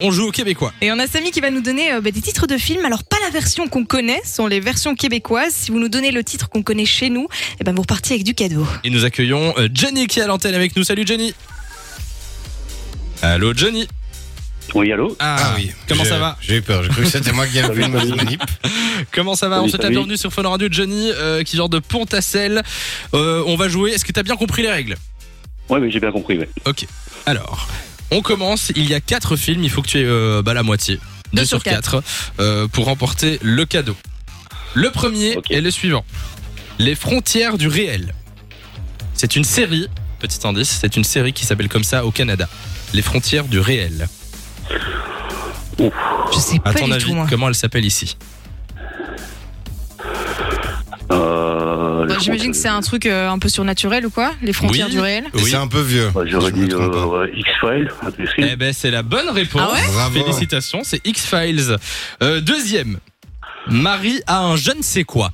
On joue au québécois. Et on a Samy qui va nous donner euh, bah, des titres de films. Alors, pas la version qu'on connaît, ce sont les versions québécoises. Si vous nous donnez le titre qu'on connaît chez nous, et ben vous repartez avec du cadeau. Et nous accueillons euh, Jenny qui est à l'antenne avec nous. Salut Jenny. Allô Jenny. Oui, allô Ah, oui. Comment J'ai- ça va J'ai eu peur, j'ai cru que c'était moi qui avais fait une mauvaise manip. Comment ça va On Salut, se tape salut. bienvenue sur Fun Radio Jenny euh, qui genre de pont à sel. Euh, on va jouer. Est-ce que t'as bien compris les règles Ouais, mais j'ai bien compris. ouais. Alors, on commence. Il y a quatre films. Il faut que tu aies euh, bah, la moitié. Deux 2 sur sur 4 pour remporter le cadeau. Le premier Ok. est le suivant. Les frontières du réel. C'est une série, petit indice, c'est une série qui s'appelle comme ça au Canada. Les frontières du réel. Je sais pas À ton du avis, tout, hein. moi. comment elle s'appelle ici Euh, Bah, J'imagine que c'est un truc euh, un peu surnaturel ou quoi Les frontières Oui. du réel Et C'est un peu vieux. Ouais, si bah, J'aurais je me dit trompe pas. euh, ouais, X-Files, un peu Eh ben, c'est la bonne réponse. Ah Bravo. Félicitations, c'est X-Files. Euh, deuxième, Marie a un je ne sais quoi.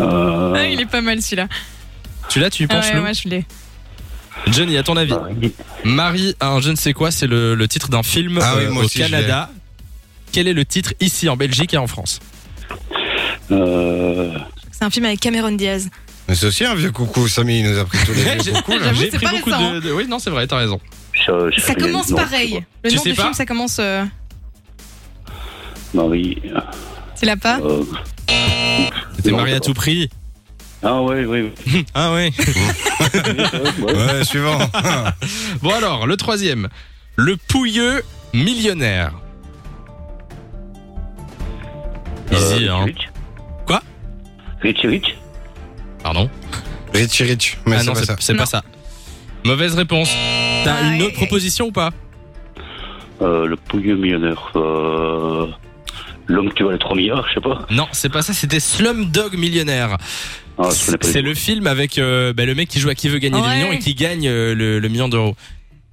Euh, Ah, Il est pas mal celui-là. Tu l'as, tu y Ah, penses, ouais, Lou ouais, je l'ai. Johnny, à ton avis Marie a un je ne sais quoi, c'est le, le titre d'un film Ah oui, euh, moi au aussi, je Canada. Quel est le titre ici en Belgique et en France euh, C'est un film avec Cameron Diaz. Mais c'est aussi un vieux coucou, Samy, il nous a pris tous les J'ai vieux coucous. là. J'avoue, j'ai c'est pris pas beaucoup récent, de, de- Oui, non, c'est vrai, t'as raison. je- je- Ça je- commence non, pareil. Le Tu nom sais du pas film, ça commence. euh, je sais pas. Marie. tu l'as pas Bah, euh, C'était Non, Marie c'est à pas. tout prix. Ah, ouais, ouais. ouais. Ah ouais. ouais. Ouais, suivant. Bon alors, le troisième. Le pouilleux millionnaire. Easy, Euh, hein. Rich. Quoi Rich, Rich. Pardon Richie Rich, mais Ah c'est non, Ah pas c'est ça. c'est Non. pas ça. Mauvaise réponse. T'as Aïe, une aïe. autre proposition ou pas Euh, le pouilleux millionnaire. Euh, L'homme qui valait 3 milliards, je sais pas. Non, c'est pas ça, c'était Slumdog Millionnaire. Ah, je connais pas c'est du le film avec euh, bah, le mec qui joue à qui veut gagner Ouais. des millions et qui gagne euh, le, le million d'euros.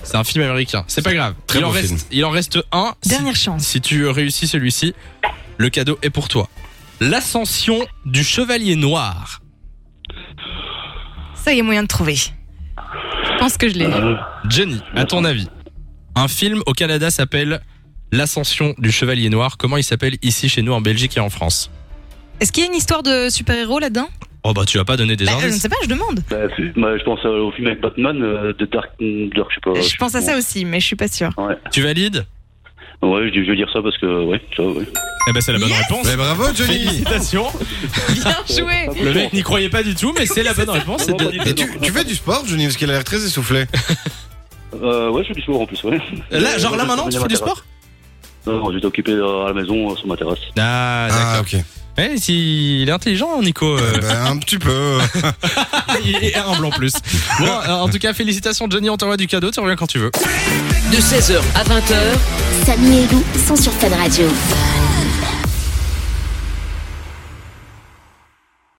C'est un film américain. C'est pas grave. Très il, en bon reste, film. il en reste un. Si- Dernière chance. Si tu réussis celui-ci, le cadeau est pour toi. L'ascension du chevalier noir. Ça, il y a moyen de trouver. Je pense que je l'ai. tout. Euh, Jenny, à ton avis, un film au Canada s'appelle L'ascension du chevalier noir. Comment il s'appelle ici chez nous en Belgique et en France Est-ce qu'il y a une histoire de super-héros là-dedans Oh bah tu vas pas donner des Bah, Je ne indices. sais pas, je demande. bah, c'est- bah, je pense euh, au film avec Batman, euh, de Dark, Dark, je sais Euh, pas. Je pense à ça aussi, mais je suis pas sûre. Tu valides Ouais, je je vais dire ça parce que, ouais, ça, ouais. Eh ben c'est la bonne réponse. Mais bravo, Johnny Félicitations. Bien joué Le mec n'y croyait pas du tout, mais c'est la bonne réponse. c'est de- Et tu, tu fais du sport, Johnny, parce qu'il a l'air très essoufflé. Euh, ouais, je fais du sport en plus, ouais. Là, genre là Ouais, maintenant, je tu fais fais du ma terrasse. sport Non, non, j'étais occupé euh, à la maison euh, sur ma terrasse. Ah, Ah, ok. Ouais, si- il est intelligent, Nico. euh. Ben, un petit peu. il est humble en plus. Bon, euh, en tout cas, félicitations, Johnny. On t'envoie du cadeau. Tu reviens quand tu veux. de 16h à 20h. Samy et Lou sont sur Fan Radio.